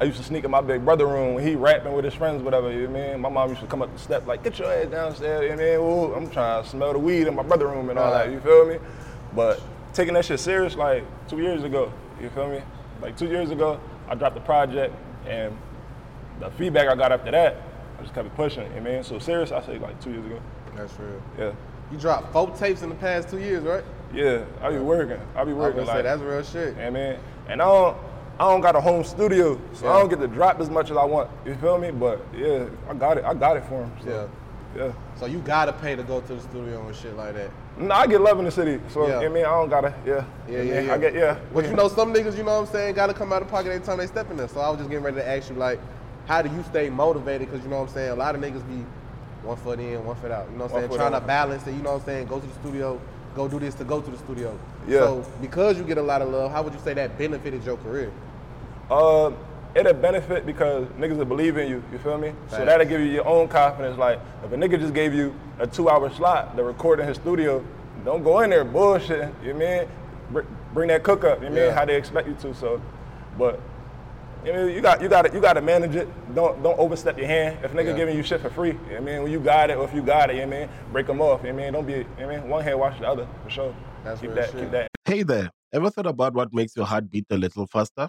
I used to sneak in my big brother room when he rapping with his friends, whatever, you know what I mean? My mom used to come up the step like, get your ass downstairs, you know what I mean? Ooh, I'm trying to smell the weed in my brother room and all that, you feel me? But taking that shit serious, like two years ago, you feel me? Like two years ago, I dropped the project and the feedback I got after that, I just kept it pushing, you know what I mean? So serious, I say like two years ago, That's real. yeah. You dropped four tapes in the past two years, right? Yeah, I be working. I be I was working. gonna like, say that's real shit. Yeah, man. And I don't, I don't got a home studio, so I don't get to drop as much as I want. You feel me? But yeah, I got it. I got it for him. Yeah. So, yeah. Yeah. So you gotta pay to go to the studio and shit like that. No, I get love in the city. So Yeah. yeah, man, I don't gotta. Yeah. You Yeah, yeah, mean? yeah. I get yeah. But yeah. you know, some niggas, you know what I'm saying, gotta come out of pocket every time they step in there. So I was just getting ready to ask you, like, how do you stay motivated? Because you know what I'm saying, a lot of niggas be one foot in, one foot out. You know One what I'm saying, foot trying out. to balance it. You know what I'm saying, go to the studio, go do this to go to the studio. Yeah. So because you get a lot of love, how would you say that benefited your career? Uh, it'll benefit because niggas will believe in you. You feel me? So Facts. that'll give you your own confidence. Like if a nigga just gave you a two-hour slot to record in his studio, don't go in there bullshitting. You mean? Br- bring that cook up. You Yeah. mean how they expect you to? So, but. You, know, you got you got to, you got to manage it. Don't don't overstep your hand. If nigga Yeah. giving you shit for free, you know what I mean when you got it or if you got it, you know what I mean break them off. You know what I mean don't be you know what I mean one hand wash the other for sure. That's keep real that shit. keep that Hey there, ever thought about what makes your heart beat a little faster?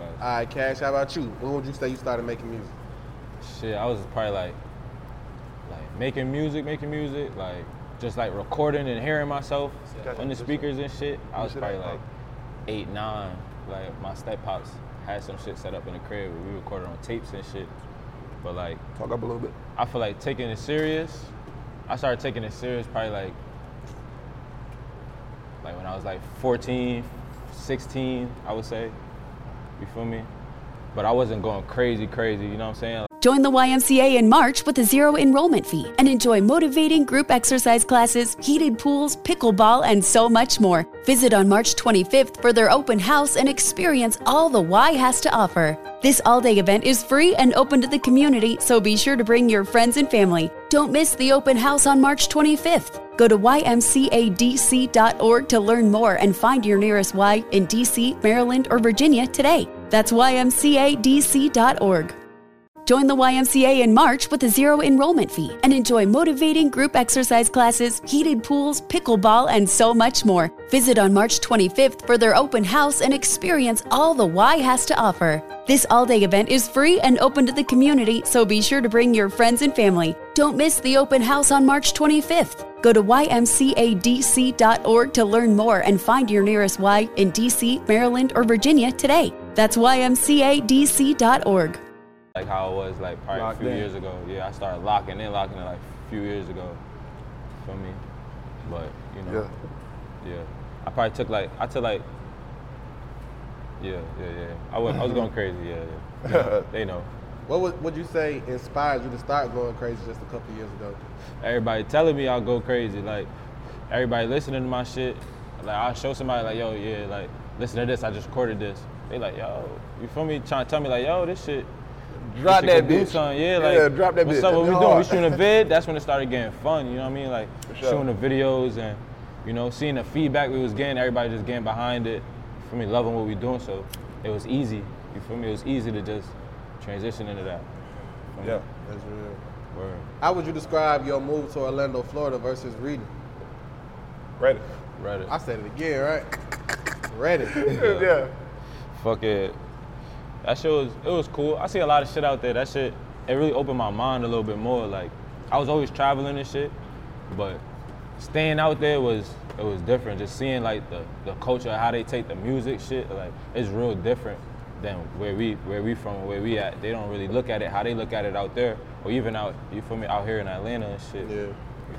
All right, Cash, how about you? When would you say you started making music? Shit, I was probably like, like making music, making music, like just like recording and hearing myself Gotcha. on the Listen. speakers and shit. I was Listen probably up. like eight, nine. Like my step pops had some shit set up in the crib. where We recorded on tapes and shit. But like, Talk up a little bit. I feel like taking it serious. I started taking it serious probably like, like when I was like 14, 16, I would say. You feel me? But I wasn't going crazy, crazy. You know what I'm saying? Join the YMCA in March with a zero enrollment fee and enjoy motivating group exercise classes, heated pools, pickleball, and so much more. Visit on March 25th for their open house and experience all the Y has to offer. This all day event is free and open to the community, so be sure to bring your friends and family. Don't miss the open house on March 25th. Go to ymcadc.org to learn more and find your nearest Y in DC, Maryland, or Virginia today. That's ymcadc.org. Join the YMCA in March with a zero enrollment fee and enjoy motivating group exercise classes, heated pools, pickleball, and so much more. Visit on March 25th for their open house and experience all the Y has to offer. This all day event is free and open to the community, so be sure to bring your friends and family. Don't miss the open house on March 25th. Go to ymcadc.org to learn more and find your nearest Y in DC, Maryland, or Virginia today. That's ymcadc.org. like how I was like probably Locked a few in. years ago. Yeah, I started locking in, locking in like a few years ago. Feel me? But you know, yeah. I probably took like I took like yeah, yeah, yeah. I was I was going crazy. Yeah, yeah. yeah they know. What would would you say inspired you to start going crazy just a couple years ago? Everybody telling me I'll go crazy. Like everybody listening to my shit. Like I show somebody like yo yeah like listen to this. I just recorded this. They like yo you feel me? Trying to tell me like yo this shit. Drop this that shit could do bitch. something. Yeah, like Yeah, drop that what's bitch. up? What That we bitch doing? We hard. shooting shooting a vid, that's when it started getting fun. You know what I mean? Like sure. shooting the videos and you know seeing the feedback we was getting, everybody just getting behind it. For me, loving what we doing, so it was easy. You feel me? It was easy to just transition into that. Yeah. That's real. Word. How would you describe your move to Orlando, Florida versus reading? Ready. Reddit. I said it again, right? Reddit. Yeah. Fuck it. That shit was it was cool. I see a lot of shit out there. That shit it really opened my mind a little bit more. Like I was always traveling and shit, but staying out there was it was different. Just seeing like the, the culture, how they take the music shit, like it's real different than where we where we from and where we at. They don't really look at it how they look at it out there, or even out you feel me out here in Atlanta and shit. Yeah. You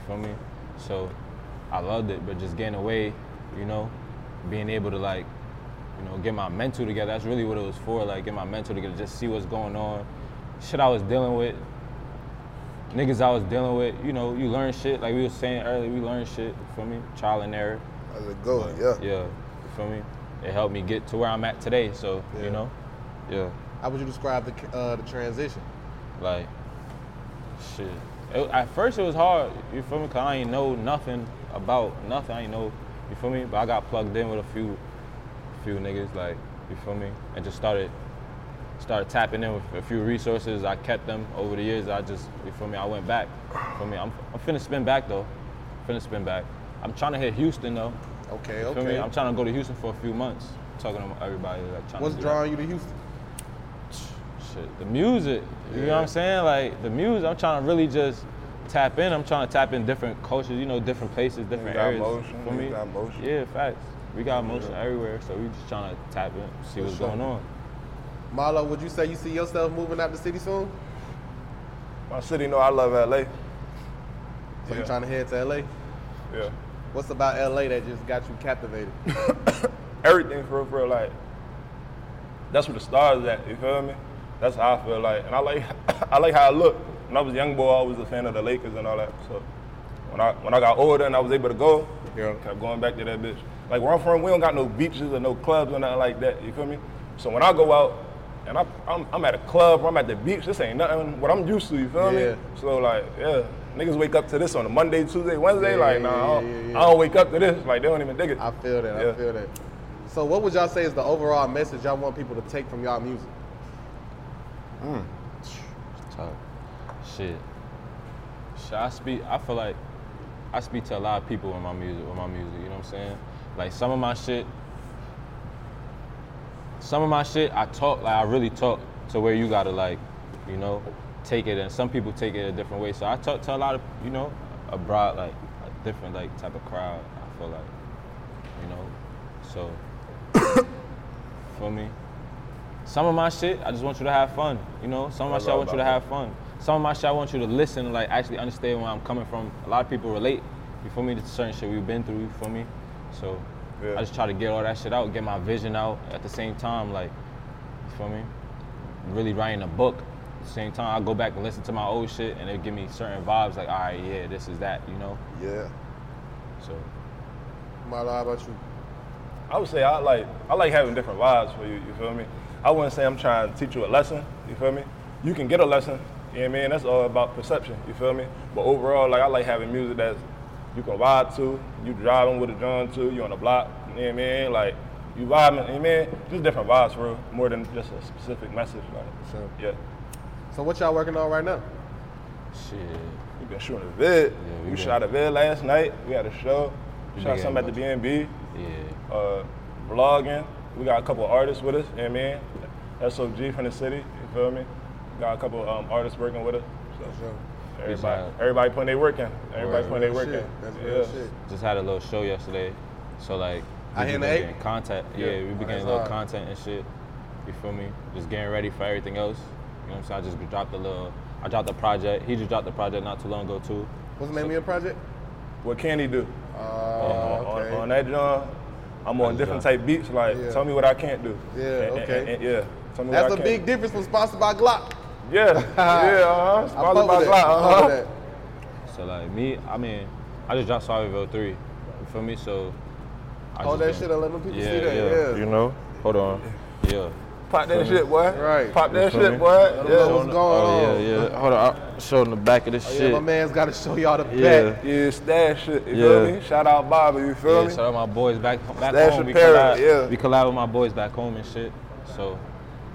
feel me? So I loved it, but just getting away, you know, being able to like, you know, get my mental together. That's really what it was for. Like, get my mental together, just see what's going on, shit I was dealing with, niggas I was dealing with. You know, you learn shit. Like we was saying earlier, we learn shit. You feel me? Trial and error. How's it going? Yeah. Yeah. You feel me? It helped me get to where I'm at today. So Yeah. you know, yeah, How would you describe the uh, the transition? like shit. It, at first it was hard. You feel me? Cause I ain't know nothing about nothing. I ain't know. You feel me? But I got plugged in with a few, few niggas. Like you feel me? And just started. Started tapping in with a few resources. I kept them over the years. I just, you feel me? I went back. You feel me? I'm, I'm finna spin back though. Finna spin back. I'm trying to hit Houston though. Okay, Feel me? okay. I'm trying to go to Houston for a few months. Talking to everybody, like trying What's to do drawing you to Houston? that shit. The music, you know what I'm saying? Like the music, I'm trying to really just tap in. I'm trying to tap in different cultures, you know, different places, different got areas. motion, Feel you me? got motion. Yeah, facts. We got motion everywhere, so we just trying to tap in, see what's sure. going on. Marlo, would you say you see yourself moving out the city soon? My city know I love LA. So you Yeah. trying to head to LA? Yeah. What's about LA that just got you captivated? everything for real, for real. Like that's where the stars at. You feel me? That's how I feel like, and I like I like how I look. When I was a young boy, I was a fan of the Lakers and all that. So when I when I got older and I was able to go, Yeah. kept going back to that bitch. Like where I'm from, we don't got no beaches or no clubs or nothing like that. You feel me? So when I go out and I, I'm, I'm at a club or I'm at the beach, this ain't nothing what I'm used to. You feel Yeah. me? So like, yeah, niggas wake up to this on a Monday, Tuesday, Wednesday. Yeah, like, yeah, nah, I, yeah, don't, yeah, yeah. I don't wake up to this. Like they don't even dig it. I feel that. I Yeah. feel that. So, what would y'all say is the overall message y'all want people to take from y'all music? So, shit. Shit, I speak. I feel like I speak to a lot of people in my music. With my music, you know what I'm saying? Like some of my shit. Some of my shit, I talk like I really talk to where you gotta like, you know, take it. And some people take it a different way. So I talk to a lot of, you know, a broad like a different like type of crowd. I feel like, you know, so. for me. Some of my shit, I just want you to have fun. You know, some of my I shit, I love want you to that. have fun. Some of my shit, I want you to listen, like actually understand where I'm coming from. A lot of people relate. You feel me? To certain shit we've been through. You feel me? So Yeah. I just try to get all that shit out, get my vision out at the same time. Like, you feel me? Really writing a book. At the same time, I go back and listen to my old shit, and it give me certain vibes. Like, all right, yeah, this is that. You know? Yeah. So Marlo, how about you? I would say I like I like having different vibes for you. You feel me? I wouldn't say I'm trying to teach you a lesson. You feel me? You can get a lesson. You know what I mean? That's all about perception. You feel me? But overall, like I like having music that you can vibe to. You driving with a drum to. You on the block. You know what I mean? Like you vibing. You know what I mean? Just different vibes, for real. More than just a specific message. Like Sure. yeah, So, what y'all working on right now? shit. we been shooting a vid. Yeah, we we been- shot a vid last night. We had a show. We Shot been something at the getting BNB. Yeah. uh, vlogging. We got a couple artists with us, you know what I mean? SOG from the city, you feel me? Got a couple um, artists working with us. So everybody, Appreciate it. everybody putting their work in. Everybody Word. putting their work Shit, in. that's Yeah. real shit. just had a little show yesterday, so like Out we here in just been the eight? getting content. Yeah, we Oh, been that's getting a little hard. content and shit. You feel me? Just getting ready for everything else. You know what I'm saying? I just dropped a little. I dropped the project. He just dropped the project not too long ago too. What's the name of your project? What can he do? Uh, on, okay. on that John, I'm on different type beats. Like, Yeah. tell me what I can't do. Yeah, And- and- okay. and- and- yeah. Tell me That's what a I big can't difference from sponsored by Glock. do. Yeah, yeah. Uh-huh. I fuck Sponsored by with that. Glock, I fuck uh-huh. with that. So like me, I mean, I just dropped Survivor three. You feel me? So I Hold that just shit been- and let them people yeah, see that. Yeah. Yeah. You know? Hold on. Yeah. Pop that shit, boy. Right. Pop that feel me? shit, boy. know what's Yeah. going oh on. Oh, yeah, yeah. Hold on. I'm showing the back of this Yeah, shit. my man's got to show y'all the back. Yeah. Yeah, stash shit. You feel Yeah. me? Shout out Bobby. You feel Yeah, me? shout out my boys back back Stash home. and We Perry, collab, yeah. we collab with my boys back home and shit. So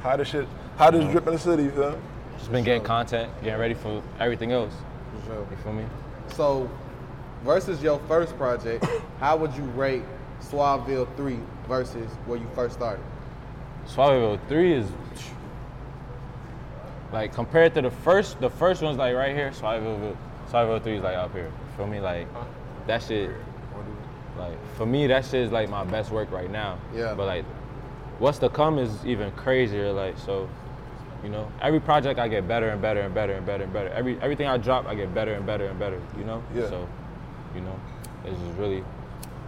How this shit? How this drip in the city? You feel me? just been getting content, getting ready for everything else. You feel me? So, versus your first project, how would you rate Suaveville 3 versus where you first started? Suaveville three is like compared to the first, the first one's like right here. Suaveville, Suaveville three is like up here. You feel me? Like that shit. Like for me, that shit is like my best work right now. Yeah. But like, what's to come is even crazier. Like so, you know, every project I get better and better and better and better and better. Every everything I drop, I get better and better and better. You know. Yeah. So, you know, it's just really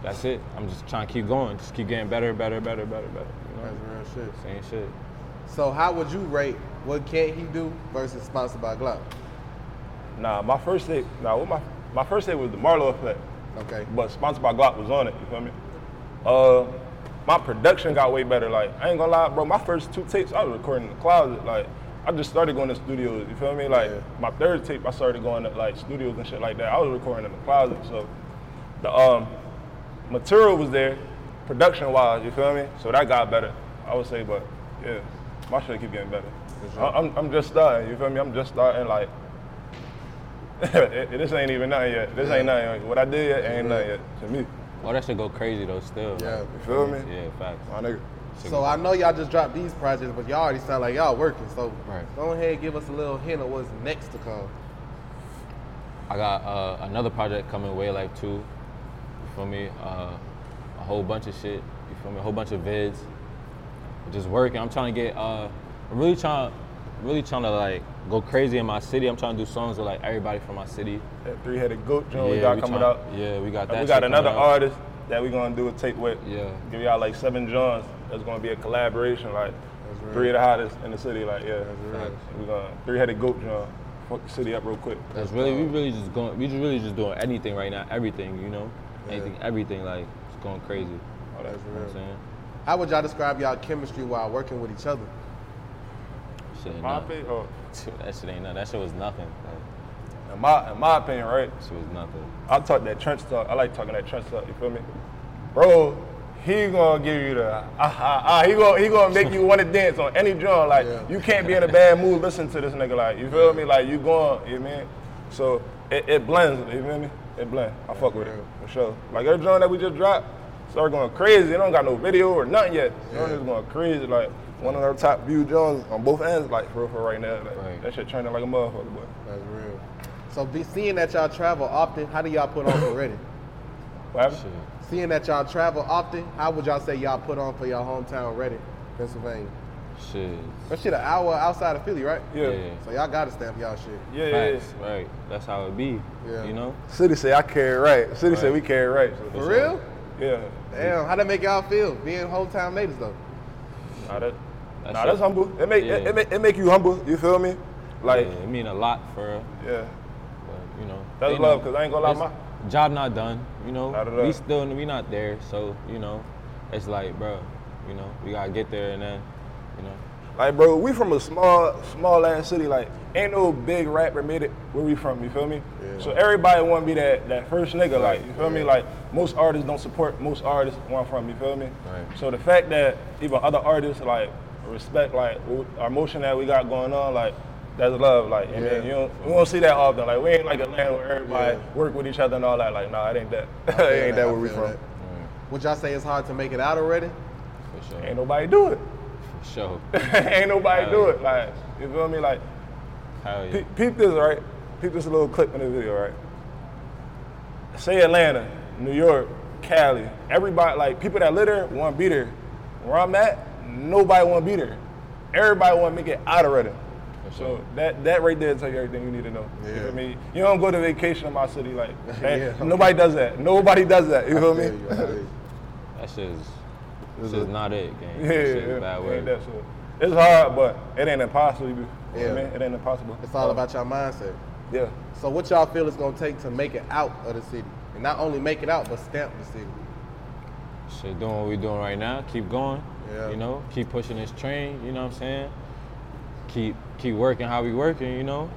That's it. I'm just trying to keep going. Just keep getting better, better, better, better, better. You know? That's real shit. Same shit. So how would you rate what can't he do versus sponsored by Glock? Nah, my first hit, nah, what my my first hit was the Marlo effect, Okay. but sponsored by Glock was on it. You feel me? Uh, my production got way better. Like I ain't gonna lie, bro. My first two tapes, I was recording in the closet. Like I just started going to studios. You feel me? Like Yeah. my third tape, I started going to like studios and shit like that. I was recording in the closet, so the um material was there, production wise. You feel me? So that got better. I would say, but yeah, my shit keep getting better. I, am I'm just starting. You feel me? I'm just starting. Like this ain't even nothing yet. This ain't nothing. Yet. What I did yet ain't nothing yet to me. Well, that should go crazy though. Still. Yeah. like, You feel me? yeah. Facts. My nigga. So I know y'all just dropped these projects, but y'all already sound like y'all working. So Right. go ahead and give us a little hint of what's next to come. I got uh, another project coming, Way Life 2. You feel me? Uh, a whole bunch of shit. You feel me? A whole bunch of vids. Just working. I'm trying to get. Uh, I'm really trying. Really trying to like go crazy in my city. I'm trying to do songs with like everybody from my city. That three-headed goat joint we got we coming tryna- out. Yeah, we got that. we got shit another coming out. artist that we gonna do a tape with. Yeah. Give y'all like seven Johns. That's gonna be a collaboration. Like three of the hottest in the city. Like yeah. We gonna three-headed goat John. Fuck the city up real quick. That's really. We really just going. We just really just doing anything right now. Everything, you know. Anything, everything. Like it's going crazy. You know All that. what I'm saying? How would y'all describe y'all chemistry while working with each other? Shit, ain't My nothing. opinion, oh, that shit ain't nothing. That shit was nothing. Like, in my in my opinion, right? that shit was nothing. I talk that trench talk. I like talking that trench talk. You feel me, bro? He gonna give you the ah ah ah. He gonna he gonna make you want to dance on any drum. Like Yeah. you can't be in a bad mood. Listen to this nigga. Like you feel me? Like you going? You mean? So it, it blends. You feel me? It blends. I fuck with it for sure. Like every drum that we just dropped, start going crazy. It don't got no video or nothing yet. It just going crazy. Like one of our top view drums on both ends. Like for real, for right now. Like, Right. That shit trending like a motherfucker. Boy. That's real. So be, seeing that y'all travel often, how do y'all put on for Reddit? What happened? Seeing that y'all travel often, how would y'all say y'all put on for your hometown Reddit, Pennsylvania? Shit. That shit an hour outside of Philly, right? yeah. Yeah. So y'all gotta stamp y'all shit. Yeah, yeah, yeah. Facts, right. That's how it be. Yeah. You know? City say I carry right. City say Right. we carry right. For real? Yeah. Damn, how that make y'all feel being hometown natives though? Nah, that, That's nah, it. that's humble. It make it, Yeah. it make it make you humble. You feel me? Like Yeah, it mean a lot for her, yeah, but you know. that's they love. know. Cause I ain't gonna lie, It's- my job not done, you know. Not at all. we still we not there, so you know, it's like, bro, you know, we gotta get there and then, you know. like bro, we from a small small ass city. Like ain't no big rapper made it where we from. You feel me? So everybody want to be that that first nigga. Like you feel me? Like most artists don't support most artists where I'm from. You feel me? Right. So the fact that even other artists like respect like w- our motion that we got going on like. That's love, like, and then you don't, we don't see that often. Like, we ain't like Atlanta where everybody work with each other and all that. Like, nah, it ain't that. it ain't that I where we feel from. that. Would y'all say it's hard to make it out already? For sure. Ain't nobody do it. for sure. ain't nobody do it. Like, you feel me? Like, Hell yeah. pe- peep this, right? Peep this little clip in the video, right? Say Atlanta, New York, Cali. Everybody, like, people that live there want to be there. Where I'm at, nobody want to be there. Everybody want to make it out of Reddit. sure. So that that right there tell you everything you need to know. You feel me? You don't go to vacation in my city like that. Yeah. nobody does that. Nobody does that. You feel me? Yeah, you already- That shit is this is not it, gang. Yeah, That shit is bad yeah, word. ain't that shit. It's hard, but it ain't impossible. You yeah. Yeah. I mean? It ain't impossible. It's all about your mindset. Yeah. So what y'all feel it's gonna take to make it out of the city, and not only make it out, but stamp the city. Shit, doing what we doing right now. Keep going. Yeah. You know, keep pushing this train. You know what I'm saying? Keep keep working how we working. You know,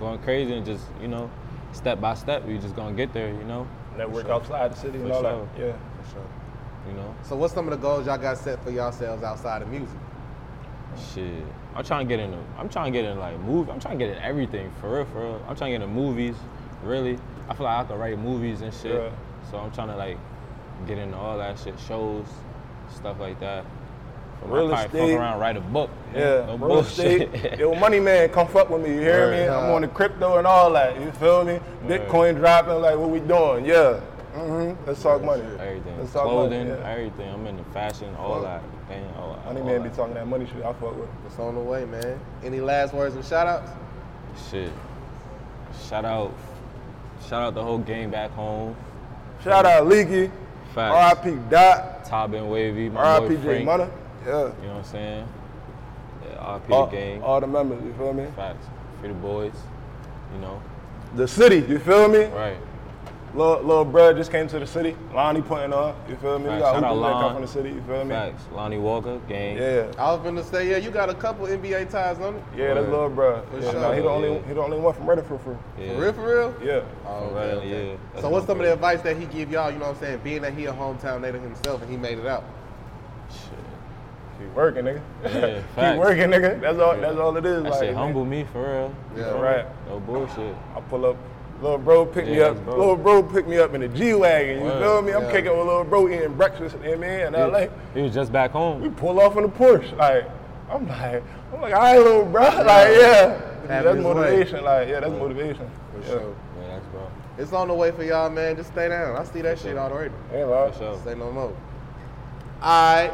going crazy and just you know, step by step, we just gonna get there. You know, Network outside the city and For all sure. that. Yeah. For sure. you know, So what's some of the goals y'all got set for yourselves outside of music? shit. I'm trying to get in. A, I'm trying to get in like movie. I'm trying to get in everything for real, for real. I'm trying to get in movies. Really, I feel like I can write movies and shit. Yeah. So I'm trying to like get into all that shit, shows, stuff like that. For Real estate. fuck around, write a book. Yeah, real no bullshit. estate. Yo, money man, come fuck with me. You hear me? Word. I'm on the crypto and all that. You feel me? Bitcoin dropping. Like, what we doing? Yeah. Mm-hmm. Let's talk money. Everything. Let's talk Clothing, money. Yeah. everything. I'm into fashion, all Fuck. that. Damn, all that. Money all man be that. talking that money shit. I fuck with. It's on the way, man. Any last words and shout outs? Shit. Shout out. Shout out the whole gang back home. Shout out Leaky. Facts. R.I.P. Dot. Top and wavy. My boy R.I.P. J. Frank. Money. Yeah. You know what I'm saying? Yeah, RP All, the gang. all the members, you feel me? Facts. Free the boys. You know. The city, you feel me? Right. Little, little bruh just came to the city. Lonnie putting on, you feel me? We Facts. got Shout out hoopers that Lon. come from the city, you feel me? Facts. Lonnie Walker, gang. Yeah. I was gonna say, yeah, you got a couple NBA ties on it. Yeah, that's little bruh. For Yeah, sure. nah, he the only Yeah. he the only one from Redford for Yeah. For real, for real. Yeah. Oh, Right, yeah. That's So what's my some of boy. the advice that he give y'all? You know what I'm saying? Being that he a hometown native himself and he made it out. Keep working, nigga. Yeah, Keep facts. working, nigga. That's all that's all it is. That like, shit nigga. humble me for real. Yeah. You know? Right. No bullshit. I pull up. Little bro pick me Yeah, up. bro. Little bro pick me up in a G wagon. You Word. feel me? I'm Yeah. kicking with little bro eating breakfast in MA in LA. He was just back We home. pull off in the Porsche. Like I'm like I'm like all right, little bro. Like yeah, that's his way. motivation. Like yeah, that's motivation. For yeah. sure. Yeah, that's bro. It's on the way for y'all, man. Just stay down. I see that shit already. Ain't lying. For sure. Say no more. All right,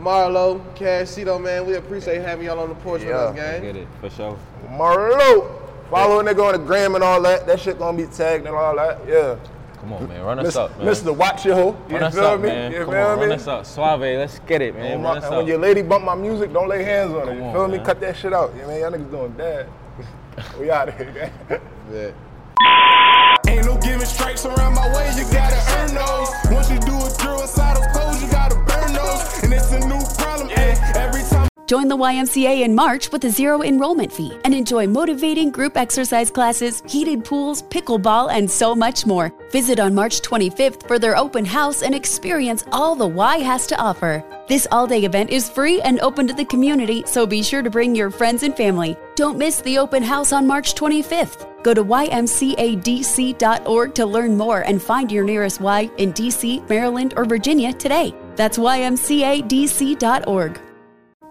Marlo, Cashito, man, we appreciate having y'all on the porch Yeah. with us, gang. Get it. For sure. Marlo. Follow a nigga on the gram and all that. That shit gonna be tagged and all that. Yeah. Come on, man. Run us up, man. Mr. Watch Your Hoe. You Run us feel up, me? man. You Come feel on, me? run us up. Suave, let's get it, man. And, Run my- us and up. when your lady bump my music, don't lay hands on her. You Come on, feel me? man. Cut that shit out. You know, y'all niggas doing bad. we out here. gang. Yeah. Ain't no giving stripes around my way, you gotta earn those. Once you do a drill inside of clothes, you gotta burn those. And it's a new problem, ayy. Every time. Join the YMCA in March with a zero enrollment fee and enjoy motivating group exercise classes, heated pools, pickleball, and so much more. Visit on March 25th for their open house and experience all the Y has to offer. This all day event is free and open to the community, so be sure to bring your friends and family. Don't miss the open house on March 25th. Go to ymcadc.org to learn more and find your nearest Y in DC, Maryland, or Virginia today. That's ymcadc.org.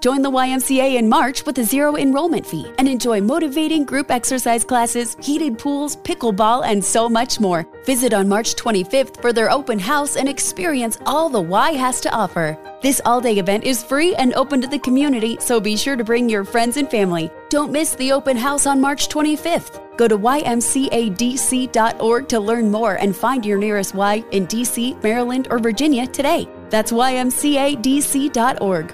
Join the YMCA in March with a zero enrollment fee and enjoy motivating group exercise classes, heated pools, pickleball, and so much more. Visit on March 25th for their open house and experience all the Y has to offer. This all day event is free and open to the community, so be sure to bring your friends and family. Don't miss the open house on March 25th. Go to ymcadc.org to learn more and find your nearest Y in DC, Maryland, or Virginia today. That's ymcadc.org.